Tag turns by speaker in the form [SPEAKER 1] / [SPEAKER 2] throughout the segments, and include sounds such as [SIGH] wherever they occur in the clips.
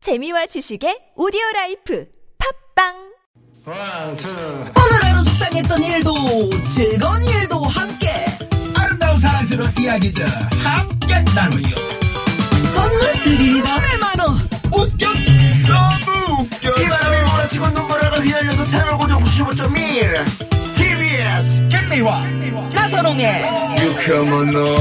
[SPEAKER 1] 재미와 지식의 오디오 라이프 팝빵
[SPEAKER 2] One, two.
[SPEAKER 3] 오늘 하루 속상했던 일도 즐거운 일도 함께
[SPEAKER 4] 아름다운 사랑스러운 이야기들 함께 나누요
[SPEAKER 3] 선물 드립니다 100만원
[SPEAKER 4] 웃겨 너무 웃겨 이 바람이 몰아치고 눈물을 휘날려도 채널 고정 95.1 TBS 김미화
[SPEAKER 3] 나선홍의
[SPEAKER 4] 유쾌한 너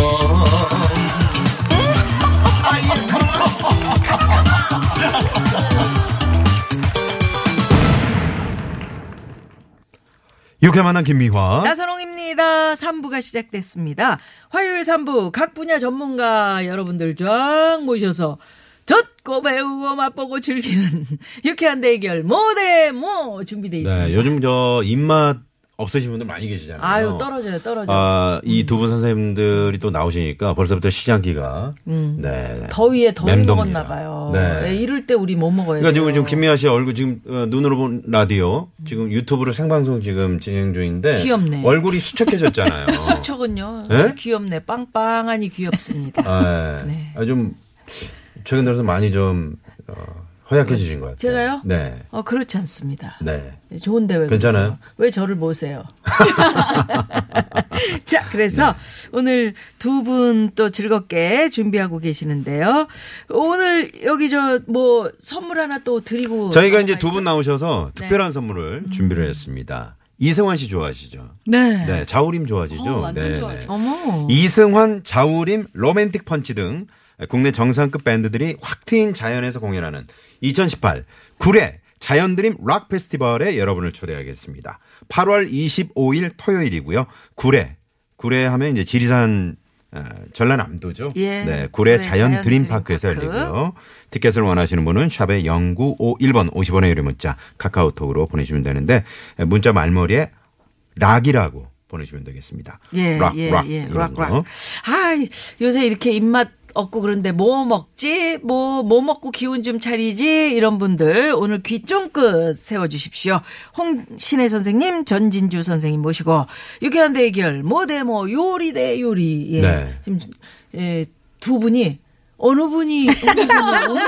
[SPEAKER 5] 유쾌만한 김미화.
[SPEAKER 3] 나선홍입니다 3부가 시작됐습니다 화요일 3부 각 분야 전문가 여러분들 쫙 모셔서 듣고 배우고 맛보고 즐기는 [LAUGHS] 유쾌한 대결 모대모 준비돼 있습니다
[SPEAKER 5] 네, 요즘 저 입맛 없으신 분들 많이 계시잖아요.
[SPEAKER 3] 아유 떨어져요 떨어져요
[SPEAKER 5] 아, 이 두 분 선생님들이 또 나오시니까 벌써부터 시장기가 네.
[SPEAKER 3] 음. 더위에 더위
[SPEAKER 5] 맴돕니다.
[SPEAKER 3] 먹었나 봐요
[SPEAKER 5] 네.
[SPEAKER 3] 네, 이럴 때 우리 뭐 먹어야
[SPEAKER 5] 그러니까
[SPEAKER 3] 돼요
[SPEAKER 5] 지금
[SPEAKER 3] 음.
[SPEAKER 5] 지금 김미아 씨 얼굴 지금 어, 눈으로 본 라디오 지금 유튜브로 생방송 지금 진행 중인데
[SPEAKER 3] 귀엽네.
[SPEAKER 5] 얼굴이
[SPEAKER 3] [LAUGHS]
[SPEAKER 5] 수척해졌잖아요.
[SPEAKER 3] 척은요
[SPEAKER 5] 네?
[SPEAKER 3] 귀엽네 빵빵하니 귀엽습니다
[SPEAKER 5] [LAUGHS] 아,
[SPEAKER 3] 네.
[SPEAKER 5] 아, 좀 최근 들어서 많이 좀 어, 허약해지신 것 같아요.
[SPEAKER 3] 제가요?
[SPEAKER 5] 네.
[SPEAKER 3] 어 그렇지 않습니다. 예,
[SPEAKER 5] 네.
[SPEAKER 3] 좋은데 왜
[SPEAKER 5] 괜찮아요?
[SPEAKER 3] 그러세요? 왜
[SPEAKER 5] [LAUGHS]
[SPEAKER 3] 저를 모세요? [LAUGHS] 자, 그래서
[SPEAKER 5] 네.
[SPEAKER 3] 오늘 두 분 또 즐겁게 준비하고 계시는데요. 오늘 여기 저 뭐 선물 하나 또 드리고
[SPEAKER 5] 저희가 이제 두 분 나오셔서 특별한 선물을 준비를 했습니다. 이승환 씨 좋아하시죠?
[SPEAKER 3] 네.
[SPEAKER 5] 네, 자우림 좋아하시죠?
[SPEAKER 6] 완전
[SPEAKER 5] 네,
[SPEAKER 6] 좋아하죠.
[SPEAKER 5] 네.
[SPEAKER 3] 어머.
[SPEAKER 5] 이승환, 자우림, 로맨틱 펀치 등 국내 정상급 밴드들이 확 트인 자연에서 공연하는 2018 구례 자연드림 락 페스티벌에 여러분을 초대하겠습니다. 8월 25일 토요일이고요. 구례. 구례 하면 이제 지리산 어, 전라남도죠.
[SPEAKER 3] 예.
[SPEAKER 5] 네, 구례
[SPEAKER 3] 구례
[SPEAKER 5] 자연
[SPEAKER 3] 자연
[SPEAKER 5] 드림파크에서
[SPEAKER 3] 드림파크.
[SPEAKER 5] 열리고요. 어? 티켓을 원하시는 분은 샵에 0951번 50원의 유료 문자 카카오톡으로 보내주시면 되는데 문자 말머리에 락이라고 보내주시면 되겠습니다.
[SPEAKER 3] 예,
[SPEAKER 5] 락,
[SPEAKER 3] 예,
[SPEAKER 5] 락,
[SPEAKER 3] 예,
[SPEAKER 5] 이런
[SPEAKER 3] 락,
[SPEAKER 5] 거.
[SPEAKER 3] 락. 아, 요새 이렇게 입맛 없고 그런데 뭐 먹지? 뭐, 뭐 먹고 기운 좀 차리지? 이런 분들 오늘 귀 쫑긋 세워주십시오. 홍신혜 선생님, 전진주 선생님 모시고 유쾌한 대결, 뭐 대 뭐, 요리 대 요리. 예.
[SPEAKER 5] 네.
[SPEAKER 3] 지금, 예, 두 분이 어느 분이
[SPEAKER 6] 어느 분이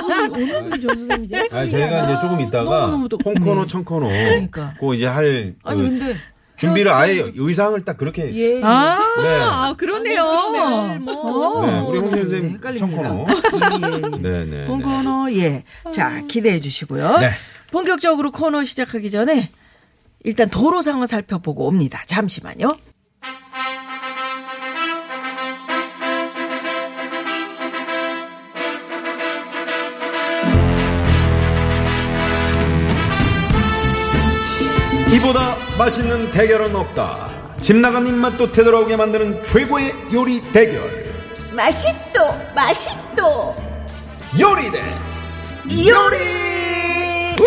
[SPEAKER 6] 어느 분이 전 선생님이죠?
[SPEAKER 5] 아, 저희가 이제 조금 있다가
[SPEAKER 3] 너무너무 또-
[SPEAKER 5] 홍코노,
[SPEAKER 3] 네.
[SPEAKER 5] 청코노
[SPEAKER 3] 그러니까.
[SPEAKER 5] 고 이제 할
[SPEAKER 3] 아니,
[SPEAKER 5] 그
[SPEAKER 3] 근데.
[SPEAKER 5] 준비를 아예 의상을 딱 그렇게
[SPEAKER 3] 예.
[SPEAKER 6] 아,
[SPEAKER 5] 네.
[SPEAKER 6] 아 그러네요.
[SPEAKER 3] 뭐.
[SPEAKER 5] 네, 우리 홍 선생님
[SPEAKER 3] 헷갈립니다.
[SPEAKER 5] 청코노.
[SPEAKER 3] 예, 예, 예.
[SPEAKER 5] 네, 네.
[SPEAKER 3] 본
[SPEAKER 5] 네.
[SPEAKER 3] 코너 예. 자 기대해 주시고요.
[SPEAKER 5] 네.
[SPEAKER 3] 본격적으로 코너 시작하기 전에 일단 도로 상황 살펴보고 옵니다. 잠시만요.
[SPEAKER 5] 이보다 맛있는 대결은 없다. 집 나간 입맛도 되돌아오게 만드는 최고의 요리 대결.
[SPEAKER 7] 맛있도 맛있도
[SPEAKER 5] 요리 대
[SPEAKER 7] 요리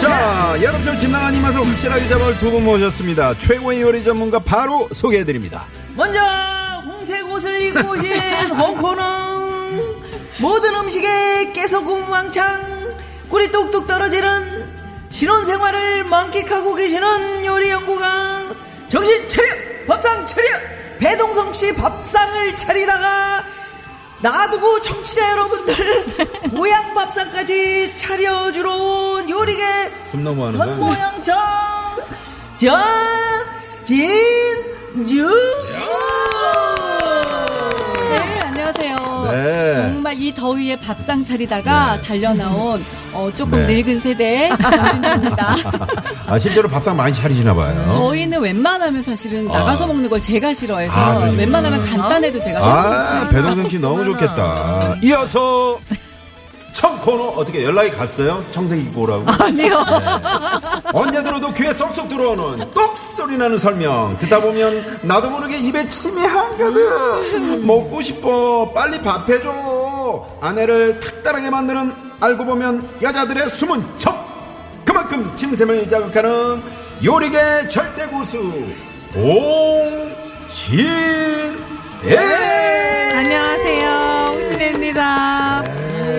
[SPEAKER 5] 자, 여름철 집 나간 입맛을 확실하게 잡을 두 분 모셨습니다. 최고의 요리 전문가 바로 소개해드립니다.
[SPEAKER 3] 먼저 홍색 옷을 입고 오신 홍코는 모든 음식에 깨소금왕창 꿀이 뚝뚝 떨어지는 신혼생활을 만끽하고 계시는 요리 연구가 정신 차려 밥상 차려 배동성 씨 밥상을 차리다가 놔두고 청취자 여러분들 모양 밥상까지 차려주러 온 요리계
[SPEAKER 5] 숨 넘어가는 거야?
[SPEAKER 3] 전모양정 전진주
[SPEAKER 6] 네, 안녕하세요.
[SPEAKER 5] 네.
[SPEAKER 6] 정말 이 더위에 밥상 차리다가 달려나온 어, 조금
[SPEAKER 5] 네.
[SPEAKER 6] 늙은 세대의
[SPEAKER 5] [LAUGHS]
[SPEAKER 6] 전진주입니다.
[SPEAKER 5] 아, 실제로 밥상 많이 차리시나 봐요.
[SPEAKER 6] 저희는 웬만하면 사실은 나가서 먹는 걸 제가 싫어해서
[SPEAKER 5] 아, 그러시구나.
[SPEAKER 6] 웬만하면 간단해도 제가
[SPEAKER 5] 아,
[SPEAKER 6] 해먹어요.
[SPEAKER 5] 배동생 씨 너무 좋겠다. 이어서 청코너 어떻게 연락이 갔어요? 청색 입고 오라고.
[SPEAKER 3] 아니요
[SPEAKER 5] 언제 들어도 귀에 쏙쏙 들어오는 똑소리 나는 설명 듣다 보면 나도 모르게 입에 침이 한가득 먹고 싶어 빨리 밥 해줘 아내를 탁달하게 만드는 알고 보면 여자들의 숨은 척 그만큼 침샘을 자극하는 요리계 절대 고수 홍신혜 네.
[SPEAKER 8] 안녕하세요. 홍신혜입니다.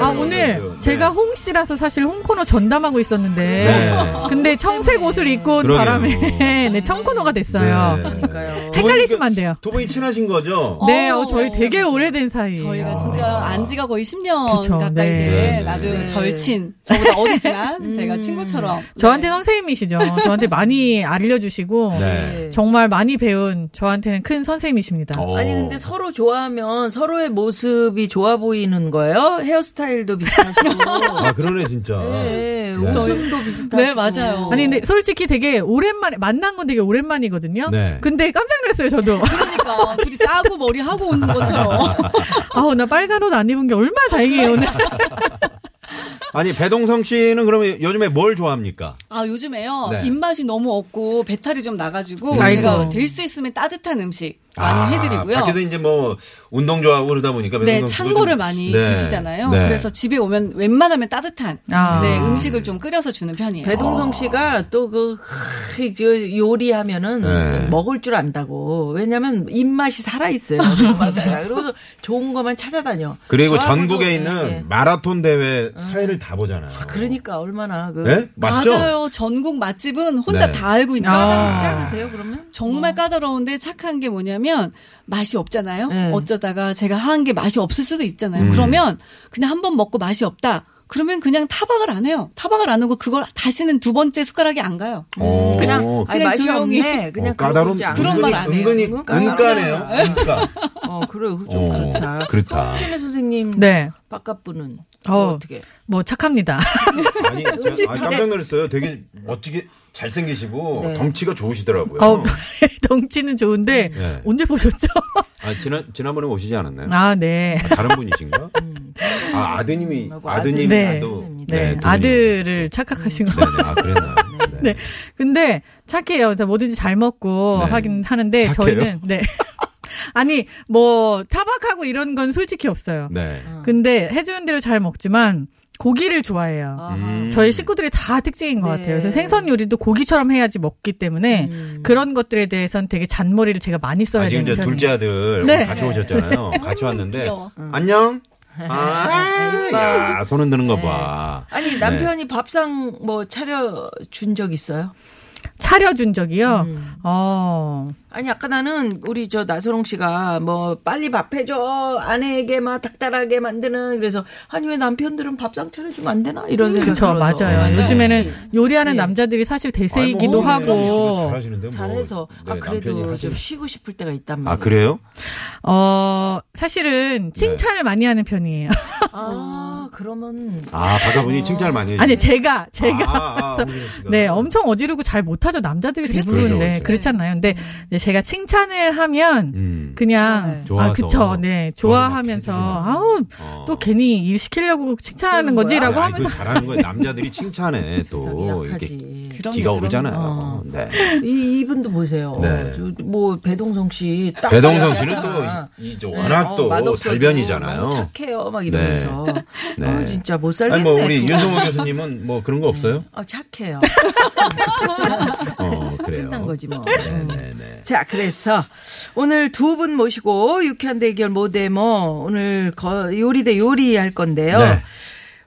[SPEAKER 8] 아, 오늘 제가 홍 씨라서 사실 홍 코너 전담하고 있었는데
[SPEAKER 5] 네.
[SPEAKER 8] 근데 청색 옷을 입고 온
[SPEAKER 5] 그러게요. 네.
[SPEAKER 8] 바람에 [LAUGHS] 네, 청 코너가 됐어요.
[SPEAKER 3] 그러니까요.
[SPEAKER 8] 헷갈리시면 안 돼요.
[SPEAKER 5] 두 분이 친하신 거죠?
[SPEAKER 8] 네, 어,
[SPEAKER 6] 어,
[SPEAKER 8] 저희 되게 오래된 사이예요.
[SPEAKER 6] 저희가 진짜 안 지가 거의 10년
[SPEAKER 8] 그쵸,
[SPEAKER 6] 가까이
[SPEAKER 8] 네. 음.
[SPEAKER 6] 된
[SPEAKER 5] 아. 네, 네.
[SPEAKER 6] 아주
[SPEAKER 3] 네.
[SPEAKER 6] 절친 저보다
[SPEAKER 8] [LAUGHS]
[SPEAKER 6] 어리지만 제가 친구처럼
[SPEAKER 8] 저한테 는 선생님이시죠. 저한테 많이 알려주시고
[SPEAKER 5] [LAUGHS] 네.
[SPEAKER 8] 정말 많이 배운 저한테는 큰 선생님이십니다.
[SPEAKER 5] 어.
[SPEAKER 3] 아니 근데 서로 좋아하면 서로의 모습이 좋아 보이는 거예요. 헤어스타일도 비슷하시고.
[SPEAKER 5] [LAUGHS] 아, 그러네, 진짜. 네.
[SPEAKER 3] 네, 웃음도 비슷하시고.
[SPEAKER 6] 네, 맞아요.
[SPEAKER 8] 아니 근데 솔직히 되게 오랜만에 만난 건 되게 오랜만이거든요.
[SPEAKER 5] 네.
[SPEAKER 8] 근데 깜짝 놀랐어요 저도.
[SPEAKER 6] 그러니까 둘이 짜고 머리 하고 온 것처럼
[SPEAKER 5] [LAUGHS]
[SPEAKER 8] 아우 나 빨간 옷 안 입은 게 얼마나 다행이에요 오늘.
[SPEAKER 5] 아니, 배동성 씨는 그러면 요즘에 뭘 좋아합니까?
[SPEAKER 6] 아 요즘에요
[SPEAKER 5] 네.
[SPEAKER 6] 입맛이 너무 없고 배탈이 좀 나가지고
[SPEAKER 8] 아이고.
[SPEAKER 6] 제가 될 수 있으면 따뜻한 음식 많이 해드리고요.
[SPEAKER 5] 아, 밖에서 이제 뭐, 운동 좋아하고 그러다 보니까.
[SPEAKER 6] 네,
[SPEAKER 5] 배동성 씨도
[SPEAKER 6] 찬거를
[SPEAKER 5] 좀-
[SPEAKER 6] 많이
[SPEAKER 5] 네.
[SPEAKER 6] 드시잖아요.
[SPEAKER 5] 네.
[SPEAKER 6] 그래서 집에 오면 웬만하면 따뜻한
[SPEAKER 8] 아.
[SPEAKER 6] 네, 음식을 좀 끓여서 주는 편이에요.
[SPEAKER 5] 아.
[SPEAKER 3] 배동성 씨가 또그 요리하면은
[SPEAKER 5] 네.
[SPEAKER 3] 먹을 줄 안다고. 왜냐면 입맛이
[SPEAKER 5] [LAUGHS]
[SPEAKER 3] 살아 있어요. 맞아요. 그리고 좋은 것만 찾아다녀.
[SPEAKER 5] 그리고
[SPEAKER 3] 저하고도,
[SPEAKER 5] 전국에
[SPEAKER 3] 네,
[SPEAKER 5] 있는
[SPEAKER 3] 네.
[SPEAKER 5] 마라톤 대회
[SPEAKER 6] 음.
[SPEAKER 5] 사회를 다 보잖아요.
[SPEAKER 3] 그러니까 얼마나 그
[SPEAKER 5] 네? 맞죠?
[SPEAKER 6] 맞아요. 전국 맛집은 혼자
[SPEAKER 5] 네.
[SPEAKER 6] 다 알고 있는
[SPEAKER 8] 아.
[SPEAKER 3] 짱이세요 그러면?
[SPEAKER 6] 정말 까다로운데 착한 게 뭐냐면 맛이 없잖아요.
[SPEAKER 3] 네.
[SPEAKER 6] 어쩌다가 제가 한 게 맛이 없을 수도 있잖아요.
[SPEAKER 5] 음.
[SPEAKER 6] 그러면 그냥 한 번 먹고 맛이 없다. 그러면 그냥 타박을 안 해요. 타박을 안 하고 그걸 다시는 두 번째 숟가락이 안 가요.
[SPEAKER 5] 어.
[SPEAKER 3] 그냥 아니,
[SPEAKER 6] 음. 그냥
[SPEAKER 3] 맛이
[SPEAKER 6] 조용히.
[SPEAKER 3] 없네. 그냥
[SPEAKER 5] 어, 까다로운
[SPEAKER 3] 그러지 않고.
[SPEAKER 6] 그런 말안 해요.
[SPEAKER 5] 은근히
[SPEAKER 3] 까다로운
[SPEAKER 5] 은가네요. 은가.
[SPEAKER 3] 어 그래 좀
[SPEAKER 5] 어,
[SPEAKER 3] 그렇다.
[SPEAKER 6] [LAUGHS]
[SPEAKER 5] 그렇다.
[SPEAKER 3] 신혜 선생님
[SPEAKER 8] 네.
[SPEAKER 3] 바깥분은
[SPEAKER 8] 어.
[SPEAKER 3] 어. 떻게
[SPEAKER 8] 뭐 착합니다.
[SPEAKER 5] 아니, 제가 아니,
[SPEAKER 6] 네.
[SPEAKER 5] 깜짝 놀랐어요. 되게 멋지게 잘생기시고 덩치가 좋으시더라고요.
[SPEAKER 8] 어, [LAUGHS] 덩치는 좋은데
[SPEAKER 5] 네.
[SPEAKER 8] 언제
[SPEAKER 5] [LAUGHS]
[SPEAKER 8] 보셨죠?
[SPEAKER 5] 아, 지난 지난번에 오시지 않았나요?
[SPEAKER 8] 아 네.
[SPEAKER 5] 아, 다른 분이신가?
[SPEAKER 8] 음,
[SPEAKER 5] 아 아드님이 아드님이
[SPEAKER 8] 네.
[SPEAKER 5] 또-
[SPEAKER 8] 네,
[SPEAKER 5] 두 분이-
[SPEAKER 8] 아들을 착각하신 거. [LAUGHS]
[SPEAKER 5] 네네, 아 그랬나? 네.
[SPEAKER 8] 네. 근데 착해요. 그래서 뭐든지 잘 먹고
[SPEAKER 5] 네.
[SPEAKER 8] 하긴 하는데
[SPEAKER 5] 착해요?
[SPEAKER 8] 저희는 네. [LAUGHS] 아니 뭐 타박하고 이런 건 솔직히 없어요.
[SPEAKER 5] 네.
[SPEAKER 8] 근데 해주는 대로 잘 먹지만 고기를 좋아해요. 네.
[SPEAKER 5] 음.
[SPEAKER 8] 저희 식구들이 다 특징인 것 같아요. 그래서 생선 요리도 고기처럼 해야지 먹기 때문에 그런 것들에 대해서는 되게 잔머리를 제가 많이 써야
[SPEAKER 5] 아, 지금
[SPEAKER 8] 되는
[SPEAKER 5] 이제
[SPEAKER 8] 편이에요.
[SPEAKER 5] 둘째 아들
[SPEAKER 8] 네. 네.
[SPEAKER 5] 같이 오셨잖아요. 같이 왔는데
[SPEAKER 6] 귀여워.
[SPEAKER 5] 안녕. 아, 야, 손은 드는 거 봐.
[SPEAKER 3] 아니 남편이
[SPEAKER 5] 네.
[SPEAKER 3] 밥상 뭐 차려 준 적 있어요?
[SPEAKER 8] 차려준 적이요.
[SPEAKER 5] 음.
[SPEAKER 8] 어.
[SPEAKER 3] 아니 아까 나는 우리 저 나선홍 씨가 뭐 빨리 밥 해줘 아내에게 막 닥달하게 만드는 그래서 아니 왜 남편들은 밥상 차려주면 안 되나 이런 생각
[SPEAKER 8] 그쵸,
[SPEAKER 3] 들어서
[SPEAKER 5] 그렇죠.
[SPEAKER 8] 맞아요.
[SPEAKER 6] 맞아요.
[SPEAKER 8] 요즘에는
[SPEAKER 5] 뭐,
[SPEAKER 8] 요리하는
[SPEAKER 3] 예.
[SPEAKER 8] 남자들이 사실
[SPEAKER 5] 네. 아이, 뭐
[SPEAKER 8] 대세이기도
[SPEAKER 5] 어머니랑
[SPEAKER 8] 하고.
[SPEAKER 5] 음식을 잘하시는데 뭐.
[SPEAKER 3] 잘해서 아
[SPEAKER 5] 네, 남편이
[SPEAKER 3] 그래도
[SPEAKER 5] 하시는-
[SPEAKER 3] 좀 쉬고 싶을 때가 있단 말이야.
[SPEAKER 5] 아 그래요?
[SPEAKER 8] 어,
[SPEAKER 5] 네.
[SPEAKER 8] 사실은 칭찬을 많이 하는 편이에요.
[SPEAKER 3] 아, 그러면
[SPEAKER 5] 아
[SPEAKER 3] 어.
[SPEAKER 5] 바다분이 칭찬을 많이 해주요
[SPEAKER 8] [LAUGHS] 아니, 제가, 제가.
[SPEAKER 5] 아, 아, 홍진영 씨가.
[SPEAKER 8] 네, 엄청 어지르고 잘 못하죠. 남자들이
[SPEAKER 5] 그렇죠,
[SPEAKER 8] 대부분. 네,
[SPEAKER 5] 그렇죠.
[SPEAKER 8] 그렇잖아요. 근데 이제 제가 칭찬을 하면
[SPEAKER 5] 음.
[SPEAKER 8] 그냥.
[SPEAKER 5] 좋아서.
[SPEAKER 8] 아, 그쵸. 네, 좋아하면서.
[SPEAKER 5] 어, 막
[SPEAKER 8] 아우,
[SPEAKER 5] 어.
[SPEAKER 8] 또 괜히 일 시키려고 칭찬하는 거지라고
[SPEAKER 5] 아니, 아니,
[SPEAKER 8] 하면서.
[SPEAKER 5] 그거 잘하는 거예요. 남자들이
[SPEAKER 3] [LAUGHS]
[SPEAKER 5] 칭찬해
[SPEAKER 3] 세상이
[SPEAKER 5] 또 이렇게
[SPEAKER 3] 약하지.
[SPEAKER 5] 기가 오르잖아요. 네.
[SPEAKER 3] 이 이분도 보세요.
[SPEAKER 5] 네.
[SPEAKER 3] 저, 뭐 배동성 씨, 딱
[SPEAKER 5] 배동성
[SPEAKER 3] 봐야
[SPEAKER 5] 씨는
[SPEAKER 3] 하잖아.
[SPEAKER 5] 또 이- 저
[SPEAKER 3] 네,
[SPEAKER 5] 워낙
[SPEAKER 3] 어,
[SPEAKER 5] 또
[SPEAKER 3] 맛없어도
[SPEAKER 5] 살변이잖아요.
[SPEAKER 3] 너무 착해요, 막 이러면서.
[SPEAKER 5] 네.
[SPEAKER 3] 어, 진짜 못 살겠네.
[SPEAKER 5] 아니 뭐 우리
[SPEAKER 3] 정말.
[SPEAKER 5] 윤성호 교수님은 뭐 그런 거 없어요?
[SPEAKER 3] 어, 착해요.
[SPEAKER 5] 어 그래요.
[SPEAKER 3] 음. 끝난 거지 뭐.
[SPEAKER 5] 네네네.
[SPEAKER 3] 자, 그래서 오늘 두 분 모시고 유쾌한 대결 모데모 오늘 거, 요리 대 요리 할 건데요.
[SPEAKER 5] 네.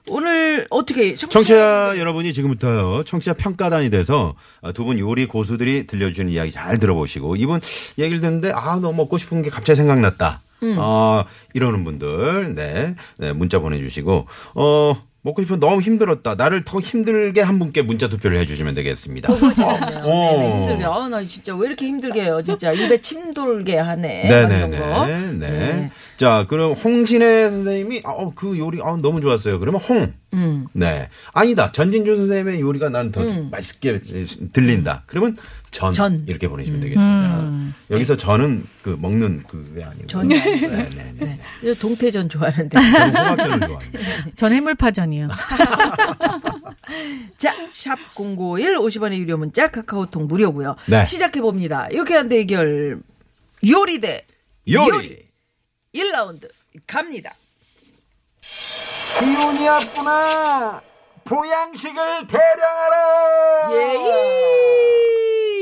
[SPEAKER 3] 오늘 어떻게 청취자-
[SPEAKER 5] 청취자 여러분이 지금부터요 청취자 평가단이 돼서 아, 두 분 요리 고수들이 들려주는 이야기 잘 들어보시고 이분 얘기를 듣는데 아 너무 먹고 싶은 게 갑자기 생각났다.
[SPEAKER 3] 음.
[SPEAKER 5] 어, 이러는 분들 네, 네, 문자 보내주시고 어 먹고 싶은 너무 힘들었다. 나를 더 힘들게 한 분께 문자 투표를 해주시면 되겠습니다. 어.
[SPEAKER 3] 네네, 힘들게. 아, 나 진짜 왜 이렇게 힘들게 해요? 진짜 입에 침 돌게 하네. 막 이런 거.
[SPEAKER 5] 네네네. 네. 자, 그럼 홍신혜 선생님이 아, 어, 그 요리 아, 너무 좋았어요. 그러면 홍.
[SPEAKER 3] 음.
[SPEAKER 5] 네. 아니다. 전진주 선생님의 요리가 나는 더 맛있게 들린다. 그러면 전.
[SPEAKER 3] 전. 음. 네.
[SPEAKER 5] 이렇게 보내시면 되겠습니다. 여기서 전은 그 먹는 그게 아니고. 네,
[SPEAKER 3] 전이 아니고요.
[SPEAKER 5] 네네네.
[SPEAKER 3] 네. 동태전 좋아하는데. [LAUGHS]
[SPEAKER 5] 저는 호박전을 좋아합니다.
[SPEAKER 8] 전 해물파전이요.
[SPEAKER 3] 자, 샵0951 50원의 유료 문자 카카오톡 무료고요.
[SPEAKER 5] 네.
[SPEAKER 3] 시작해 봅니다. 유쾌한 대결 요리 대
[SPEAKER 5] 요리.
[SPEAKER 3] 1라운드 갑니다.
[SPEAKER 2] 기운이 왔구나. 보양식을 대량하라.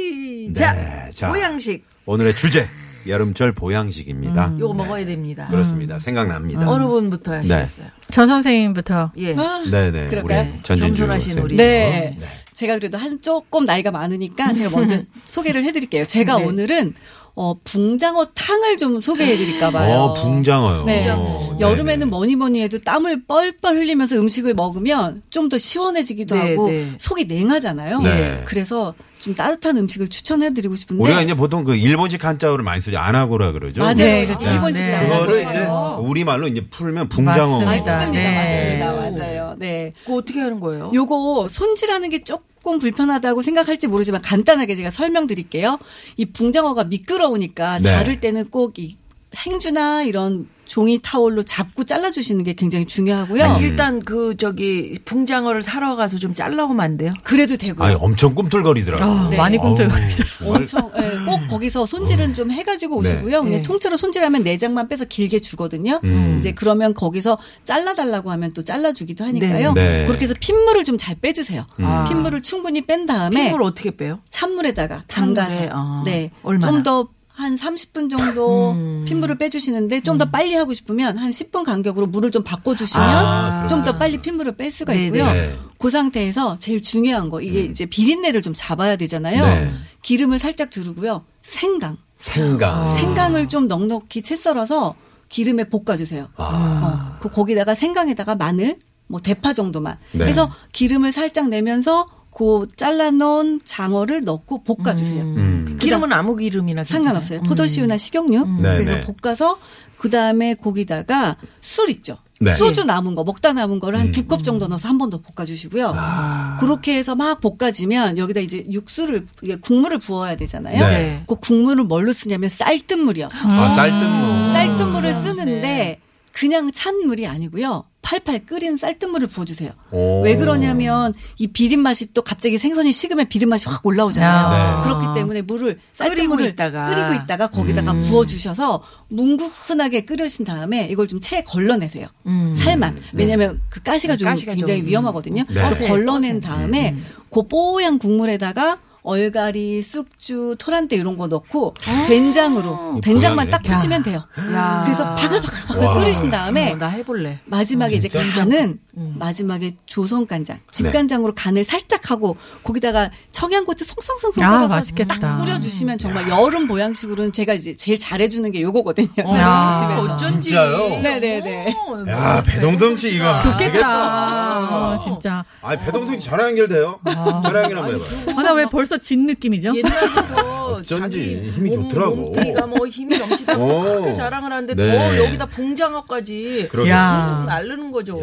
[SPEAKER 3] 예이. 자,
[SPEAKER 5] 네, 자.
[SPEAKER 3] 보양식
[SPEAKER 5] 오늘의 주제. 여름철 보양식입니다.
[SPEAKER 3] 음.
[SPEAKER 5] 네.
[SPEAKER 3] 요거 먹어야 음. 됩니다.
[SPEAKER 5] 그렇습니다. 생각납니다. 네.
[SPEAKER 3] 어느 분부터 하시겠어요?
[SPEAKER 8] 전 선생님부터.
[SPEAKER 3] 예.
[SPEAKER 5] 네네.
[SPEAKER 6] 그럴까요?
[SPEAKER 5] 우리 전진주
[SPEAKER 3] 겸손하신
[SPEAKER 5] 선생님.
[SPEAKER 3] 우리.
[SPEAKER 6] 네. 제가 그래도 한 조금 나이가 많으니까 제가
[SPEAKER 5] [LAUGHS]
[SPEAKER 6] 먼저 소개를 해드릴게요. 제가
[SPEAKER 3] 네.
[SPEAKER 6] 오늘은 어, 붕장어 탕을 좀 소개해드릴까봐요.
[SPEAKER 5] 어, 붕장어요.
[SPEAKER 6] 네.
[SPEAKER 5] 어,
[SPEAKER 6] 여름에는
[SPEAKER 5] 네네.
[SPEAKER 6] 뭐니 뭐니 해도 땀을 뻘뻘 흘리면서 음식을 먹으면 좀 더 시원해지기도
[SPEAKER 3] 네,
[SPEAKER 6] 하고
[SPEAKER 3] 네.
[SPEAKER 6] 속이 냉하잖아요.
[SPEAKER 5] 네.
[SPEAKER 6] 그래서 좀 따뜻한 음식을 추천해드리고 싶은데.
[SPEAKER 5] 우리가 이제 보통 그 일본식 한자어를 많이 쓰지 안하고라 그러죠.
[SPEAKER 6] 맞아요.
[SPEAKER 8] 네, 그렇죠.
[SPEAKER 6] 일본식
[SPEAKER 8] 네.
[SPEAKER 6] 네.
[SPEAKER 5] 그거를
[SPEAKER 8] 맞아요.
[SPEAKER 5] 이제 우리 말로 이제 풀면 붕장어.
[SPEAKER 8] 맞습니다.
[SPEAKER 6] 맞습니다.
[SPEAKER 8] 네.
[SPEAKER 6] 아, 맞습니다. 맞아요. 네.
[SPEAKER 3] 그거 어떻게 하는 거예요?
[SPEAKER 6] 요거 손질하는 게 조금 불편하다고 생각할지 모르지만 간단하게 제가 설명드릴게요. 이 붕장어가 미끄러우니까
[SPEAKER 5] 네.
[SPEAKER 6] 자를 때는 꼭 이 행주나 이런 종이 타올로 잡고 잘라주시는 게 굉장히 중요하고요.
[SPEAKER 3] 아니, 일단 그 저기 붕장어를 사러 가서 좀 잘라오면 안 돼요?
[SPEAKER 6] 그래도 되고요.
[SPEAKER 5] 아니 엄청 꿈틀거리더라고요.
[SPEAKER 8] 아,
[SPEAKER 5] 네.
[SPEAKER 8] 많이 꿈틀거리죠.
[SPEAKER 5] 아우, 정말. 어.
[SPEAKER 6] 엄청 예, 꼭 거기서 손질은 좀 해가지고 오시고요. 그냥
[SPEAKER 3] 네.
[SPEAKER 6] 통째로 손질하면 내장만 빼서 길게 주거든요.
[SPEAKER 5] 음.
[SPEAKER 6] 이제 그러면 거기서 잘라달라고 하면 또 잘라주기도 하니까요.
[SPEAKER 5] 네. 음. 네.
[SPEAKER 6] 그렇게 해서 핏물을 좀 잘 빼주세요.
[SPEAKER 3] 아.
[SPEAKER 6] 핏물을 충분히 뺀 다음에
[SPEAKER 3] 핑을 어떻게 빼요?
[SPEAKER 6] 찬물에다가 담가서
[SPEAKER 3] 찬물에, 아,
[SPEAKER 6] 네.
[SPEAKER 3] 얼마나?
[SPEAKER 6] 좀 더 한 30분 정도 핏물을 빼주시는데 좀 더 빨리 하고 싶으면 한 10분 간격으로 물을 좀 바꿔주시면
[SPEAKER 5] 아,
[SPEAKER 6] 좀 더 빨리 핏물을 뺄 수가
[SPEAKER 3] 네네.
[SPEAKER 6] 있고요.
[SPEAKER 5] 네.
[SPEAKER 6] 그 상태에서 제일 중요한 거 이게 이제 비린내를 좀 잡아야 되잖아요.
[SPEAKER 5] 네.
[SPEAKER 6] 기름을 살짝 두르고요. 생강,
[SPEAKER 5] 생강.
[SPEAKER 6] 아, 생강을 좀 넉넉히 채 썰어서 기름에 볶아주세요. 어, 그 거기다가 생강에다가 마늘, 뭐 대파 정도만
[SPEAKER 5] 네.
[SPEAKER 6] 해서 기름을 살짝 내면서 그 잘라놓은 장어를 넣고 볶아주세요.
[SPEAKER 5] 음.
[SPEAKER 3] 기름은 아무 그 기름이나 괜찮아요? 음.
[SPEAKER 6] 상관없어요. 포도씨유나 식용유.
[SPEAKER 5] 네,
[SPEAKER 6] 그래서
[SPEAKER 5] 네.
[SPEAKER 6] 볶아서 그 다음에 거기다가 술 있죠.
[SPEAKER 5] 네.
[SPEAKER 6] 소주 남은 거 먹다 남은 거를 한
[SPEAKER 5] 음.
[SPEAKER 6] 두 컵 정도 넣어서 한 번 더 볶아주시고요. 그렇게 해서 막 볶아지면 여기다 이제 육수를 이게 국물을 부어야 되잖아요.
[SPEAKER 5] 네.
[SPEAKER 6] 그 국물을 뭘로 쓰냐면 쌀뜨물이요.
[SPEAKER 5] 아, 쌀뜨물.
[SPEAKER 6] 쌀뜨물을 쓰는데 그냥 찬물이 아니고요. 팔팔 끓인 쌀뜨물을 부어주세요.
[SPEAKER 5] 오.
[SPEAKER 6] 왜 그러냐면 이 비린 맛이 또 갑자기 생선이 식으면 비린 맛이 확 올라오잖아요.
[SPEAKER 5] 네.
[SPEAKER 6] 그렇기 때문에 물을
[SPEAKER 3] 끓이고
[SPEAKER 6] 쌀뜨물을
[SPEAKER 3] 있다가.
[SPEAKER 6] 끓이고 있다가 거기다가
[SPEAKER 5] 음.
[SPEAKER 6] 부어주셔서 뭉근하게 끓이신 다음에 이걸 좀 채 걸러내세요. 살만 왜냐하면 그 가시가 좀
[SPEAKER 3] 가시가 좀,
[SPEAKER 6] 굉장히
[SPEAKER 3] 음.
[SPEAKER 6] 위험하거든요.
[SPEAKER 5] 네.
[SPEAKER 6] 그래서
[SPEAKER 5] 꺼세,
[SPEAKER 6] 걸러낸 다음에 그 뽀얀 국물에다가 얼갈이, 쑥주, 토란대 이런 거 넣고 된장으로 된장만
[SPEAKER 5] 고양이네.
[SPEAKER 6] 딱 부시면 돼요.
[SPEAKER 3] 야.
[SPEAKER 6] 그래서 바글바글바글
[SPEAKER 5] 와.
[SPEAKER 6] 끓이신 다음에
[SPEAKER 3] 어, 나 해볼래.
[SPEAKER 6] 마지막에 이제 간은
[SPEAKER 3] 음.
[SPEAKER 6] 마지막에 조선 간장,
[SPEAKER 5] 네.
[SPEAKER 6] 집 간장으로 간을 살짝 하고 거기다가 청양고추 송송송송
[SPEAKER 8] 아,
[SPEAKER 6] 썰어서
[SPEAKER 8] 맛있겠다.
[SPEAKER 6] 딱 뿌려주시면 정말 여름 보양식으로는 제가 이제 제일 잘해주는 게 요거거든요.
[SPEAKER 3] 야.
[SPEAKER 8] 어.
[SPEAKER 6] 저희 어, 아, 집에서.
[SPEAKER 3] 어쩐지.
[SPEAKER 5] 진짜요?
[SPEAKER 6] 네네네.
[SPEAKER 3] 어,
[SPEAKER 5] 야, 배동성 씨 이거.
[SPEAKER 8] 좋겠다. 어, 진짜.
[SPEAKER 5] 아, 배동성 씨 저랑 연결돼요. 저랑 연결 한번 해봐요.
[SPEAKER 8] 아, 나 왜 벌써 진 느낌이죠?
[SPEAKER 3] 예, 옛날부터
[SPEAKER 5] 어쩐지
[SPEAKER 3] 자기
[SPEAKER 5] 힘이
[SPEAKER 3] 몸,
[SPEAKER 5] 좋더라고.
[SPEAKER 3] 몸뚱이가 뭐 힘이 넘치다면서
[SPEAKER 5] 어.
[SPEAKER 3] 그렇게 자랑을 하는데
[SPEAKER 5] 네.
[SPEAKER 3] 더 여기다 붕장어까지
[SPEAKER 5] 그러게요.
[SPEAKER 8] 야.
[SPEAKER 3] 날르는 거죠.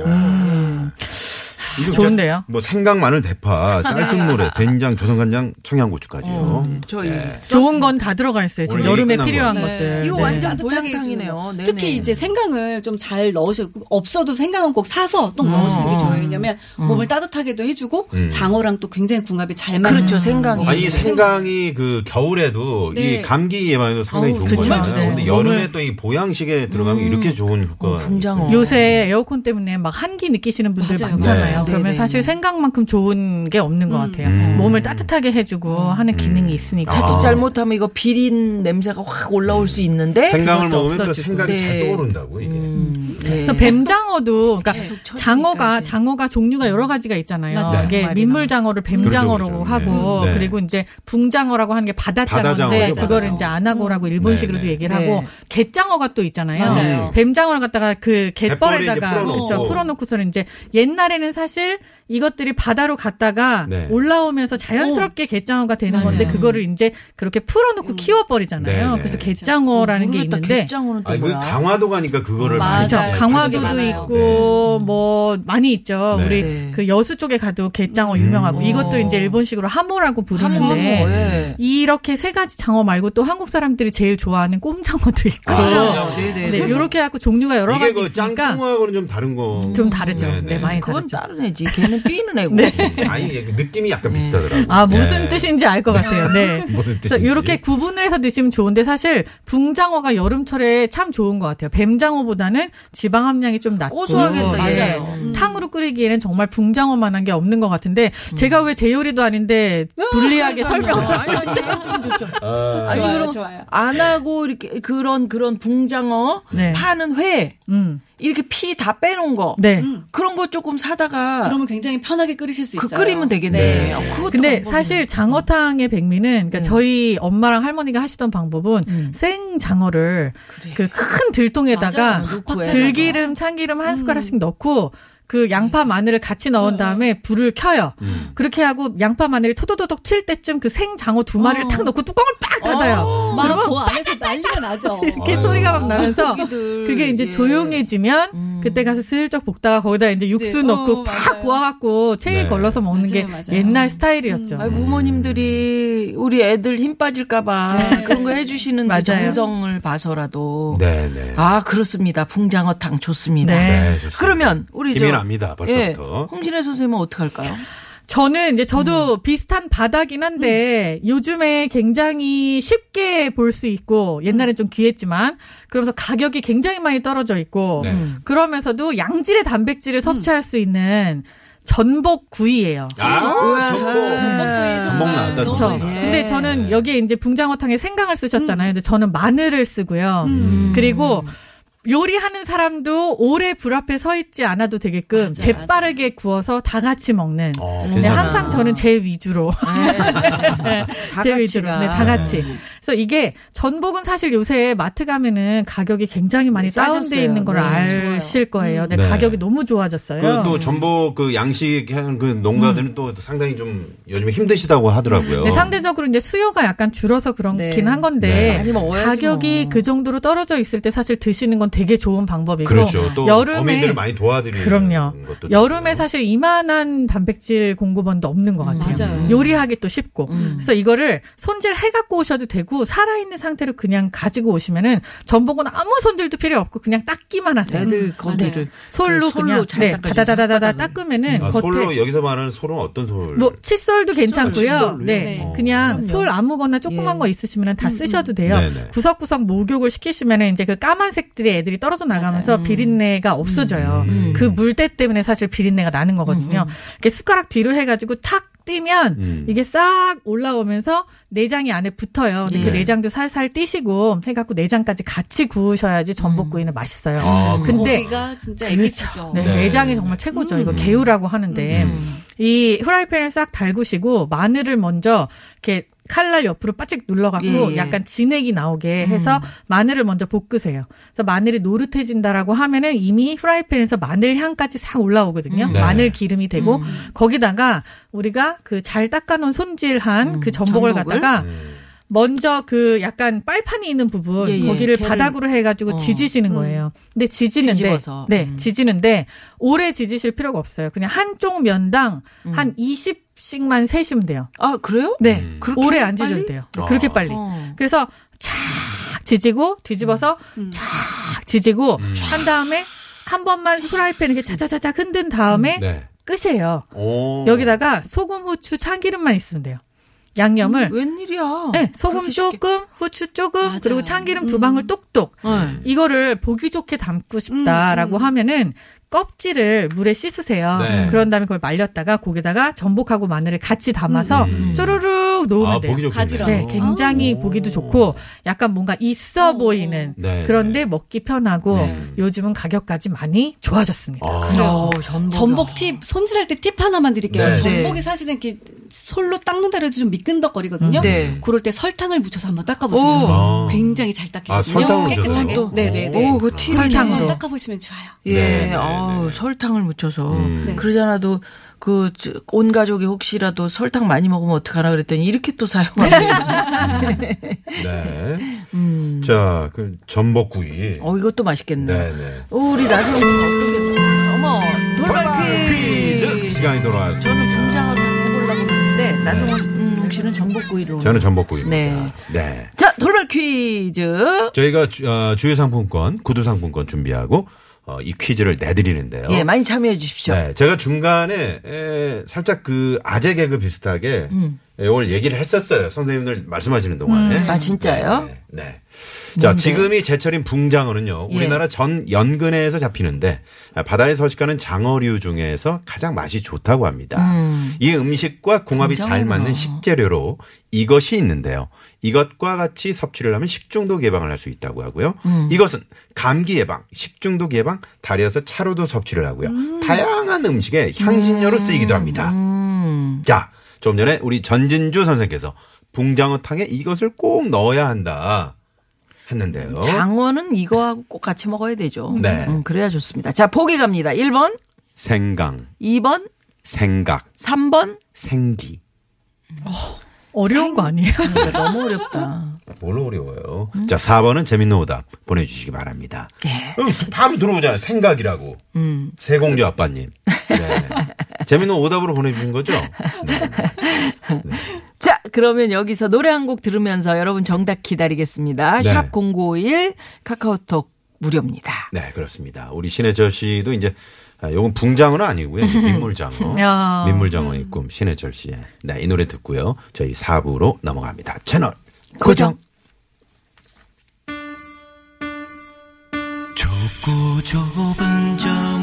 [SPEAKER 5] 이거
[SPEAKER 8] 좋은데요?
[SPEAKER 5] 진짜 뭐 생강, 마늘, 대파, 쌀뜨물에 된장, 조선간장, 청양고추까지요.
[SPEAKER 8] 음,
[SPEAKER 3] 저
[SPEAKER 5] 네.
[SPEAKER 8] 좋은 건 다 들어가 있어요. 지금
[SPEAKER 5] 원래
[SPEAKER 8] 여름에
[SPEAKER 5] 끝난
[SPEAKER 8] 필요한
[SPEAKER 5] 거였어요.
[SPEAKER 8] 것들.
[SPEAKER 3] 이거
[SPEAKER 8] 네.
[SPEAKER 3] 완전
[SPEAKER 6] 따뜻하게
[SPEAKER 3] 보양탕이네요.
[SPEAKER 6] 해주는 거.
[SPEAKER 3] 네네.
[SPEAKER 6] 특히 이제 생강을 좀 잘 넣으셔. 없어도 생강은 꼭 사서
[SPEAKER 8] 음.
[SPEAKER 6] 또 넣으시는 게 좋아요. 왜냐면 몸을 따뜻하게도 해주고
[SPEAKER 5] 음.
[SPEAKER 6] 장어랑 또 굉장히 궁합이 잘 맞는.
[SPEAKER 3] 그렇죠
[SPEAKER 8] 어,
[SPEAKER 3] 생강이.
[SPEAKER 5] 아니 이 생강이 그 겨울에도
[SPEAKER 6] 네.
[SPEAKER 5] 이 감기 예방에도 상당히
[SPEAKER 3] 아우,
[SPEAKER 5] 좋은
[SPEAKER 3] 그쵸.
[SPEAKER 5] 거잖아요.
[SPEAKER 8] 네.
[SPEAKER 5] 근데 여름에
[SPEAKER 8] 몸을- 음.
[SPEAKER 5] 또 이 보양식에 들어가면 이렇게 좋은 효과가
[SPEAKER 3] 붕장어.
[SPEAKER 5] 있군요.
[SPEAKER 8] 요새 에어컨 때문에 막 한기 느끼시는 분들
[SPEAKER 6] 맞아요.
[SPEAKER 8] 많잖아요.
[SPEAKER 3] 네.
[SPEAKER 8] 그러면
[SPEAKER 3] 네네.
[SPEAKER 8] 사실 생각만큼 좋은 게 없는 것 같아요.
[SPEAKER 5] 음.
[SPEAKER 8] 몸을 따뜻하게 해주고 하는 기능이 있으니까.
[SPEAKER 3] 자칫
[SPEAKER 5] 아. 음.
[SPEAKER 3] 잘못하면 이거 비린 냄새가 확 올라올 수 있는데
[SPEAKER 5] 생강을
[SPEAKER 8] 네. 그것도
[SPEAKER 5] 먹으면 또
[SPEAKER 8] 없어지고. 음.
[SPEAKER 5] 생각이 잘
[SPEAKER 3] 네.
[SPEAKER 5] 떠오른다고 이게.
[SPEAKER 3] 네.
[SPEAKER 8] 그래서
[SPEAKER 5] 예.
[SPEAKER 8] 뱀장어도 그러니까
[SPEAKER 3] 계속
[SPEAKER 8] 장어가
[SPEAKER 3] 쳐주니까, 네.
[SPEAKER 8] 장어가 종류가 여러 가지가 있잖아요.
[SPEAKER 6] 맞아요.
[SPEAKER 8] 이게
[SPEAKER 3] 말이나.
[SPEAKER 8] 민물장어를 뱀장어로
[SPEAKER 5] 그렇죠, 그렇죠.
[SPEAKER 8] 하고
[SPEAKER 5] 네. 네.
[SPEAKER 8] 그리고 이제 붕장어라고 하는 게 바다장어인데
[SPEAKER 5] 바다장어죠,
[SPEAKER 8] 그거를
[SPEAKER 5] 맞아요.
[SPEAKER 8] 이제 안하고라고 일본식으로도
[SPEAKER 5] 네, 네.
[SPEAKER 8] 얘기를
[SPEAKER 3] 네.
[SPEAKER 8] 하고 갯장어가 또 있잖아요.
[SPEAKER 6] 맞아요.
[SPEAKER 8] 뱀장어를 갖다가 그
[SPEAKER 5] 갯벌에 이제
[SPEAKER 8] 갯벌에다가
[SPEAKER 5] 풀어놓고.
[SPEAKER 8] 그렇죠. 풀어놓고서는 이제 옛날에는 사실 이것들이 바다로 갔다가
[SPEAKER 5] 네.
[SPEAKER 8] 올라오면서 자연스럽게 갯장어가 되는 건데 그거를 이제 그렇게 풀어놓고 키워버리잖아요.
[SPEAKER 5] 네, 네.
[SPEAKER 8] 그래서 갯장어라는 게
[SPEAKER 3] 모르겠다.
[SPEAKER 8] 있는데
[SPEAKER 3] 갯장어는 또
[SPEAKER 5] 아, 그
[SPEAKER 3] 뭐야?
[SPEAKER 5] 강화도 가니까 그거를
[SPEAKER 6] 맞아요.
[SPEAKER 5] 많이
[SPEAKER 8] 그렇죠.
[SPEAKER 5] 먹어요.
[SPEAKER 3] 네.
[SPEAKER 8] 강화도도
[SPEAKER 6] 많아요.
[SPEAKER 8] 있고 뭐 많이 있죠.
[SPEAKER 5] 네. 음.
[SPEAKER 8] 우리
[SPEAKER 3] 네.
[SPEAKER 8] 그 여수 쪽에 가도 갯장어 유명하고 이것도 이제 일본식으로 하모라고
[SPEAKER 3] 하모 하모.
[SPEAKER 8] 부르는데
[SPEAKER 3] 예.
[SPEAKER 8] 이렇게 세 가지 장어 말고 또 한국 사람들이 제일 좋아하는 꼼장어도
[SPEAKER 3] 그
[SPEAKER 8] 있고
[SPEAKER 5] 아,
[SPEAKER 3] 꼼장어.
[SPEAKER 5] 네, 네.
[SPEAKER 8] 네, 요렇게 해갖고 종류가 여러
[SPEAKER 5] 이게
[SPEAKER 8] 가지
[SPEAKER 5] 그
[SPEAKER 8] 있으니까
[SPEAKER 5] 짱뚱하고는 좀 다른 거.
[SPEAKER 8] 좀 다르죠.
[SPEAKER 5] 네,
[SPEAKER 8] 네,
[SPEAKER 5] 네.
[SPEAKER 8] 많이
[SPEAKER 3] 음, 그건
[SPEAKER 8] 다르죠. 네.
[SPEAKER 3] 다른 애지. 걔는 뛰는 애고.
[SPEAKER 5] 음. 아니 이게 그 느낌이 약간 비슷하더라고.
[SPEAKER 8] 아 무슨
[SPEAKER 5] 예.
[SPEAKER 8] 뜻인지 알 것 같아요. 네.
[SPEAKER 5] [LAUGHS] 무슨
[SPEAKER 8] 그래서
[SPEAKER 5] 뜻인지.
[SPEAKER 8] 이렇게 구분을 해서 드시면 좋은데 사실 붕장어가 여름철에 참 좋은 것 같아요. 뱀장어보다는 지방 함량이 좀 낮고
[SPEAKER 3] 아, 고소하겠다,
[SPEAKER 8] 예.
[SPEAKER 3] 맞아요.
[SPEAKER 6] 음.
[SPEAKER 8] 탕으로 끓이기에는 정말 붕장어만한 게 없는 것 같은데
[SPEAKER 6] 음.
[SPEAKER 8] 제가 왜 제 요리도 아닌데 네, 불리하게 설명을
[SPEAKER 3] 아니 아니 좀 음. 좋죠.
[SPEAKER 5] 아,
[SPEAKER 3] 아니
[SPEAKER 6] 좋아요,
[SPEAKER 3] 그럼
[SPEAKER 6] 좋아요.
[SPEAKER 3] 안 하고 이렇게 그런 그런 붕장어
[SPEAKER 8] 네.
[SPEAKER 3] 파는 회
[SPEAKER 8] 음.
[SPEAKER 3] 이렇게 피 다 빼놓은
[SPEAKER 6] 어,
[SPEAKER 3] 거
[SPEAKER 8] 네.
[SPEAKER 6] 음.
[SPEAKER 3] 그런 거 조금 사다가
[SPEAKER 6] 그러면 굉장히 편하게 끓이실 수
[SPEAKER 3] 그
[SPEAKER 6] 있어요.
[SPEAKER 3] 끓이면 되겠네. 어, 요
[SPEAKER 8] 근데 사실 장어탕의 백미는 그러니까
[SPEAKER 3] 네.
[SPEAKER 6] 음.
[SPEAKER 8] 저희 엄마랑 할머니가 하시던 방법은
[SPEAKER 3] 음.
[SPEAKER 8] 생 장어를 그 큰 들통에다가 그
[SPEAKER 6] 맞아요.
[SPEAKER 3] 팍
[SPEAKER 6] 녹화해서. 음. 네.
[SPEAKER 8] 들기름, 참기름 한 숟가락씩 넣고 그 양파 마늘을
[SPEAKER 6] 어,
[SPEAKER 8] 같이 넣은 다음에 불을 켜요. 그렇게 하고 양파 마늘이 토도도독 튈 때쯤 그 생 장어 두 마리를
[SPEAKER 6] 어.
[SPEAKER 8] 탁 넣고 뚜껑을 빡 닫아요.
[SPEAKER 6] 막 그 안에서 난리가 나죠. 어.
[SPEAKER 8] 이렇게 소리가 막 나면서
[SPEAKER 3] 고기들,
[SPEAKER 8] 그게
[SPEAKER 6] 음,
[SPEAKER 8] 이제
[SPEAKER 3] 예.
[SPEAKER 8] 조용해지면 그때 가서 슬쩍 볶다가 거기다 이제 육수
[SPEAKER 6] 네.
[SPEAKER 8] 넣고
[SPEAKER 6] 어,
[SPEAKER 8] 팍
[SPEAKER 6] 맞아요.
[SPEAKER 8] 구워갖고 체일
[SPEAKER 5] 네.
[SPEAKER 8] 걸러서 먹는 게
[SPEAKER 6] 맞아요, 음. 맞아요.
[SPEAKER 8] 옛날 스타일이었죠.
[SPEAKER 3] 아이, 부모님들이 우리 애들 힘 빠질까봐 그런 거 해주시는 그
[SPEAKER 8] 네. 맞아요.
[SPEAKER 3] 정성을 봐서라도
[SPEAKER 5] 네네.
[SPEAKER 3] 아 그렇습니다. 붕장어탕 좋습니다.
[SPEAKER 8] 네.
[SPEAKER 5] 네, 좋습니다.
[SPEAKER 3] 그러면 우리 저
[SPEAKER 5] 김이 납니다, 벌써부터.
[SPEAKER 3] 예, 홍진혜 선생님은 어떡할까요?
[SPEAKER 8] 저는 이제
[SPEAKER 5] 음.
[SPEAKER 8] 저도 비슷한 바다긴 한데
[SPEAKER 6] 음.
[SPEAKER 8] 요즘에 굉장히 쉽게 볼 수 있고
[SPEAKER 6] 음.
[SPEAKER 8] 옛날엔 좀 귀했지만 그러면서 가격이 굉장히 많이 떨어져 있고
[SPEAKER 5] 네.
[SPEAKER 3] 음.
[SPEAKER 8] 그러면서도 양질의 단백질을
[SPEAKER 6] 음.
[SPEAKER 8] 섭취할 수 있는 전복 구이예요.
[SPEAKER 5] 아, 전복. 전복 아, 나왔다,
[SPEAKER 6] 너무
[SPEAKER 8] 그렇죠.
[SPEAKER 5] 맛있어요.
[SPEAKER 8] 근데
[SPEAKER 6] 네.
[SPEAKER 8] 저는 여기에 이제 붕장어탕에 생강을
[SPEAKER 6] 음.
[SPEAKER 8] 쓰셨잖아요. 근데 저는 마늘을 쓰고요.
[SPEAKER 3] 음.
[SPEAKER 5] 음.
[SPEAKER 8] 그리고 요리하는 사람도 오래 불 앞에 서 있지 않아도 되게끔 재빠르게 구워서 다 같이 먹는.
[SPEAKER 5] 어,
[SPEAKER 8] 네,
[SPEAKER 5] 괜찮아요.
[SPEAKER 8] 항상 저는 제 위주로. 아, 네.
[SPEAKER 3] [LAUGHS]
[SPEAKER 8] [LAUGHS] 제 위주로.
[SPEAKER 3] 같이가.
[SPEAKER 8] 네, 다 같이. 그래서 이게 전복은 사실 요새 마트 가면은 가격이 굉장히 많이
[SPEAKER 3] 네, 싸졌어요.
[SPEAKER 8] 다운돼 있는 걸
[SPEAKER 3] 네,
[SPEAKER 8] 아실 거예요. 네,
[SPEAKER 5] 네.
[SPEAKER 8] 가격이 너무 좋아졌어요. 네. 음.
[SPEAKER 5] 그 또 전복 그 양식 하는 그 농가들은 또 상당히 좀 요즘에 힘드시다고 하더라고요.
[SPEAKER 8] 네, 상대적으로 이제 수요가 약간 줄어서 그렇긴
[SPEAKER 3] 네.
[SPEAKER 8] 한
[SPEAKER 5] 네.
[SPEAKER 8] 건데
[SPEAKER 3] 많이 먹어야지
[SPEAKER 8] 가격이
[SPEAKER 3] 뭐.
[SPEAKER 8] 그 정도로 떨어져 있을 때 사실 드시는 건 되게 좋은 방법이고
[SPEAKER 5] 그렇죠. 또
[SPEAKER 8] 여름에
[SPEAKER 5] 어민들을 많이 도와드리는
[SPEAKER 8] 그럼요.
[SPEAKER 5] 것도
[SPEAKER 8] 여름에
[SPEAKER 5] 좋고요.
[SPEAKER 8] 사실 이만한 단백질 공급원도 없는
[SPEAKER 3] 음,
[SPEAKER 8] 것 같아요.
[SPEAKER 6] 맞아요.
[SPEAKER 8] 요리하기 또 쉽고. 그래서 이거를 손질 해갖고 오셔도 되고 살아있는 상태로 그냥 가지고 오시면은 전복은 아무 손질도 필요 없고 그냥 닦기만 하세요.
[SPEAKER 3] 네. 애들 거기를
[SPEAKER 8] 네. 솔로,
[SPEAKER 3] 솔로
[SPEAKER 8] 그냥
[SPEAKER 3] 잘
[SPEAKER 8] 네,
[SPEAKER 3] 닦아주세요.
[SPEAKER 8] 다다다다다다 닦으면은
[SPEAKER 5] 아,
[SPEAKER 8] 겉에
[SPEAKER 5] 솔로 여기서 말하는 솔은 어떤 솔?
[SPEAKER 8] 뭐 칫솔도 괜찮고요.
[SPEAKER 5] 칫솔을요?
[SPEAKER 8] 네.
[SPEAKER 6] 네.
[SPEAKER 8] 그냥 솔 아무거나 조그만
[SPEAKER 3] 예.
[SPEAKER 8] 거 있으시면 다 쓰셔도 돼요.
[SPEAKER 5] 네네.
[SPEAKER 8] 구석구석 목욕을 시키시면 이제 그 까만색들의 애들이 떨어져 나가면서
[SPEAKER 3] 음.
[SPEAKER 8] 비린내가
[SPEAKER 5] 음,
[SPEAKER 8] 없어져요. 그 물때 때문에 사실 비린내가 나는 거거든요. 이렇게 숟가락 뒤로 해가지고 탁 뛰면
[SPEAKER 5] 음.
[SPEAKER 8] 이게 싹 올라오면서 내장이 안에 붙어요. 근데 그
[SPEAKER 5] 네.
[SPEAKER 8] 내장도 살살 띄시고 해갖고 내장까지 같이 구우셔야지 전복구이는 맛있어요.
[SPEAKER 5] 음. 아,
[SPEAKER 8] 근데
[SPEAKER 6] 고기가 진짜 애기죠.
[SPEAKER 8] 네,
[SPEAKER 5] 네. 음.
[SPEAKER 8] 내장이 정말 최고죠. 이거 개우라고 하는데 이 후라이팬을 싹 달구시고 마늘을 먼저 이렇게 칼날 옆으로 빠직 눌러갖고
[SPEAKER 3] 예, 예.
[SPEAKER 8] 약간 진액이 나오게 해서 마늘을 먼저 볶으세요. 그래서 마늘이 노릇해진다라고 하면은 이미 후라이팬에서 마늘 향까지 싹 올라오거든요.
[SPEAKER 5] 네.
[SPEAKER 8] 마늘 기름이 되고 거기다가 우리가 그 잘 닦아놓은 손질한 그
[SPEAKER 3] 전복을?
[SPEAKER 8] 전복을, 갖다가
[SPEAKER 5] 음.
[SPEAKER 8] 먼저 그 약간 빨판이 있는 부분
[SPEAKER 3] 예, 예.
[SPEAKER 8] 거기를
[SPEAKER 3] 걔를-
[SPEAKER 8] 바닥으로 해가지고
[SPEAKER 3] 어.
[SPEAKER 8] 지지시는 거예요. 근데 지지는데
[SPEAKER 3] 뒤집어서.
[SPEAKER 8] 네
[SPEAKER 3] 음.
[SPEAKER 8] 지지는데 오래 지지실 필요가 없어요. 그냥 한쪽 면당
[SPEAKER 3] 음.
[SPEAKER 8] 한 20씩만 세시면 돼요.
[SPEAKER 3] 아 그래요?
[SPEAKER 8] 네
[SPEAKER 5] 음.
[SPEAKER 3] 그렇게
[SPEAKER 8] 오래 안
[SPEAKER 3] 빨리?
[SPEAKER 8] 지져도 돼요. 네,
[SPEAKER 5] 아.
[SPEAKER 8] 그렇게 빨리.
[SPEAKER 3] 어.
[SPEAKER 8] 그래서 착 지지고 뒤집어서
[SPEAKER 3] 음.
[SPEAKER 6] 음.
[SPEAKER 8] 착 지지고 한 다음에 한 번만 후라이팬 이렇게 차차차차 흔든 다음에
[SPEAKER 5] 네. 어.
[SPEAKER 8] 끝이에요.
[SPEAKER 5] 오.
[SPEAKER 8] 여기다가 소금, 후추, 참기름만 있으면 돼요.
[SPEAKER 3] 음.
[SPEAKER 8] 양념을
[SPEAKER 3] 웬일이야?
[SPEAKER 8] 네, 소금
[SPEAKER 3] 어, 그렇게 쉽게.
[SPEAKER 8] 조금, 후추 조금,
[SPEAKER 6] 맞아요.
[SPEAKER 8] 그리고 참기름 두
[SPEAKER 6] 음.
[SPEAKER 8] 방울 똑똑.
[SPEAKER 3] 네.
[SPEAKER 8] 이거를 보기 좋게 담고 싶다라고 하면은 껍질을 물에 씻으세요.
[SPEAKER 5] 네.
[SPEAKER 8] 그런 다음에 그걸 말렸다가 거기다가 전복하고 마늘을 같이 담아서
[SPEAKER 5] 음.
[SPEAKER 8] 쪼르륵 놓으면
[SPEAKER 5] 아,
[SPEAKER 8] 돼요.
[SPEAKER 5] 보기 좋겠네요.
[SPEAKER 6] 가지랑.
[SPEAKER 8] 네, 굉장히
[SPEAKER 5] 오.
[SPEAKER 8] 보기도 좋고 약간 뭔가 있어
[SPEAKER 6] 오.
[SPEAKER 8] 보이는
[SPEAKER 5] 네.
[SPEAKER 8] 그런데 먹기 편하고
[SPEAKER 5] 네.
[SPEAKER 8] 요즘은 가격까지 많이 좋아졌습니다.
[SPEAKER 5] 아.
[SPEAKER 3] 어, 전복.
[SPEAKER 6] 전복 팁 손질할 때 팁 하나만 드릴게요.
[SPEAKER 5] 네.
[SPEAKER 6] 전복이 사실은 이렇게 솔로 닦는다 해도 좀 미끈덕거리거든요.
[SPEAKER 3] 네.
[SPEAKER 6] 그럴 때 설탕을 묻혀서
[SPEAKER 5] 음.
[SPEAKER 6] 한번
[SPEAKER 5] 오.
[SPEAKER 6] 닦아보세요. 굉장히 잘 닦여요.
[SPEAKER 5] 아, 설탕을
[SPEAKER 6] 깨끗하게.
[SPEAKER 5] 묻혀서요?
[SPEAKER 6] 네네네.
[SPEAKER 3] 오, 그 튀는
[SPEAKER 8] 설탕으로.
[SPEAKER 6] 한번 닦아보시면 좋아요.
[SPEAKER 3] 예,
[SPEAKER 5] 네, 네,
[SPEAKER 3] 아우,
[SPEAKER 5] 네.
[SPEAKER 3] 설탕을 묻혀서.
[SPEAKER 5] 음.
[SPEAKER 6] 네.
[SPEAKER 3] 그러잖아도 그 온 가족이 혹시라도 설탕 많이 먹으면 어떡하나 그랬더니 이렇게 또 사용하네.
[SPEAKER 8] [LAUGHS]
[SPEAKER 5] 네.
[SPEAKER 8] 음.
[SPEAKER 5] 자, 그 전복구이.
[SPEAKER 3] 어, 이것도 맛있겠네.
[SPEAKER 5] 네, 네.
[SPEAKER 3] 오, 우리 나선홍 씨 어떤 게 좋아? 어머, 돌발
[SPEAKER 5] 퀴즈
[SPEAKER 3] 퀴즈.
[SPEAKER 5] 시간이
[SPEAKER 3] 저는
[SPEAKER 5] 돌아왔습니다.
[SPEAKER 3] 붕장어 다 해보려고 했는데 나선홍 음, 씨는 전복구이로.
[SPEAKER 5] 네. 저는 전복구이입니다. 네.
[SPEAKER 3] 자, 돌발 퀴즈.
[SPEAKER 5] 저희가 주, 어, 주유 상품권, 구두 상품권 준비하고 어, 이 퀴즈를 내드리는데요.
[SPEAKER 3] 예, 많이 참여해 주십시오.
[SPEAKER 5] 네, 제가 중간에 에, 살짝 그 아재 개그
[SPEAKER 3] 음.
[SPEAKER 5] 비슷하게 에, 오늘 얘기를 했었어요. 선생님들 말씀하시는 동안에.
[SPEAKER 3] 아, 진짜요?
[SPEAKER 5] 네. 네. 자, 지금이 제철인 붕장어는요.
[SPEAKER 3] 예.
[SPEAKER 5] 우리나라 전 연근해에서 잡히는데 아, 바다에 서식하는 장어류 중에서 가장 맛이 좋다고 합니다. 이 음식과 궁합이 잘
[SPEAKER 3] 음. 붕장어구나.
[SPEAKER 5] 맞는 식재료로 이것이 있는데요. 이것과 같이 섭취를 하면 식중독 예방을 할 수 있다고 하고요.
[SPEAKER 3] 음.
[SPEAKER 5] 이것은 감기 예방, 식중독 예방, 다려서 차로도 섭취를 하고요.
[SPEAKER 3] 음.
[SPEAKER 5] 다양한 음식에 향신료로 쓰이기도 합니다. 자, 좀 전에 우리 전진주 선생께서 붕장어탕에 이것을 꼭 넣어야 한다 했는데요.
[SPEAKER 3] 장어는 이거하고 꼭 같이 먹어야 되죠.
[SPEAKER 5] 네.
[SPEAKER 3] 음, 그래야 좋습니다. 자, 보기 갑니다. 1번,
[SPEAKER 5] 생강,
[SPEAKER 3] 2번,
[SPEAKER 5] 생각,
[SPEAKER 3] 3번.
[SPEAKER 5] 생기.
[SPEAKER 8] 어려운 거 아니에요?
[SPEAKER 3] 근데 너무 어렵다.
[SPEAKER 5] 뭘 어려워요. 자, 4번은 재밌는 오답 보내주시기 바랍니다.
[SPEAKER 3] 예.
[SPEAKER 5] 음, 바로 들어오잖아요. 생각이라고. 세공주 아빠님. 네. 재밌는 오답으로 보내주신 거죠? 네.
[SPEAKER 3] 자, 그러면 여기서 노래 한 곡 들으면서 여러분 정답 기다리겠습니다.
[SPEAKER 5] 네.
[SPEAKER 3] 샵 0951 카카오톡 무료입니다.
[SPEAKER 5] 네, 그렇습니다. 우리 신해철 씨도 이제 아, 요건 붕장어는 아니고요. 이제 민물장어.
[SPEAKER 8] 야.
[SPEAKER 5] 민물장어의 꿈 신해철 씨의. 네, 이 노래 듣고요. 저희 4부로 넘어갑니다. 채널
[SPEAKER 3] 고정.
[SPEAKER 4] 좁고 좁은 저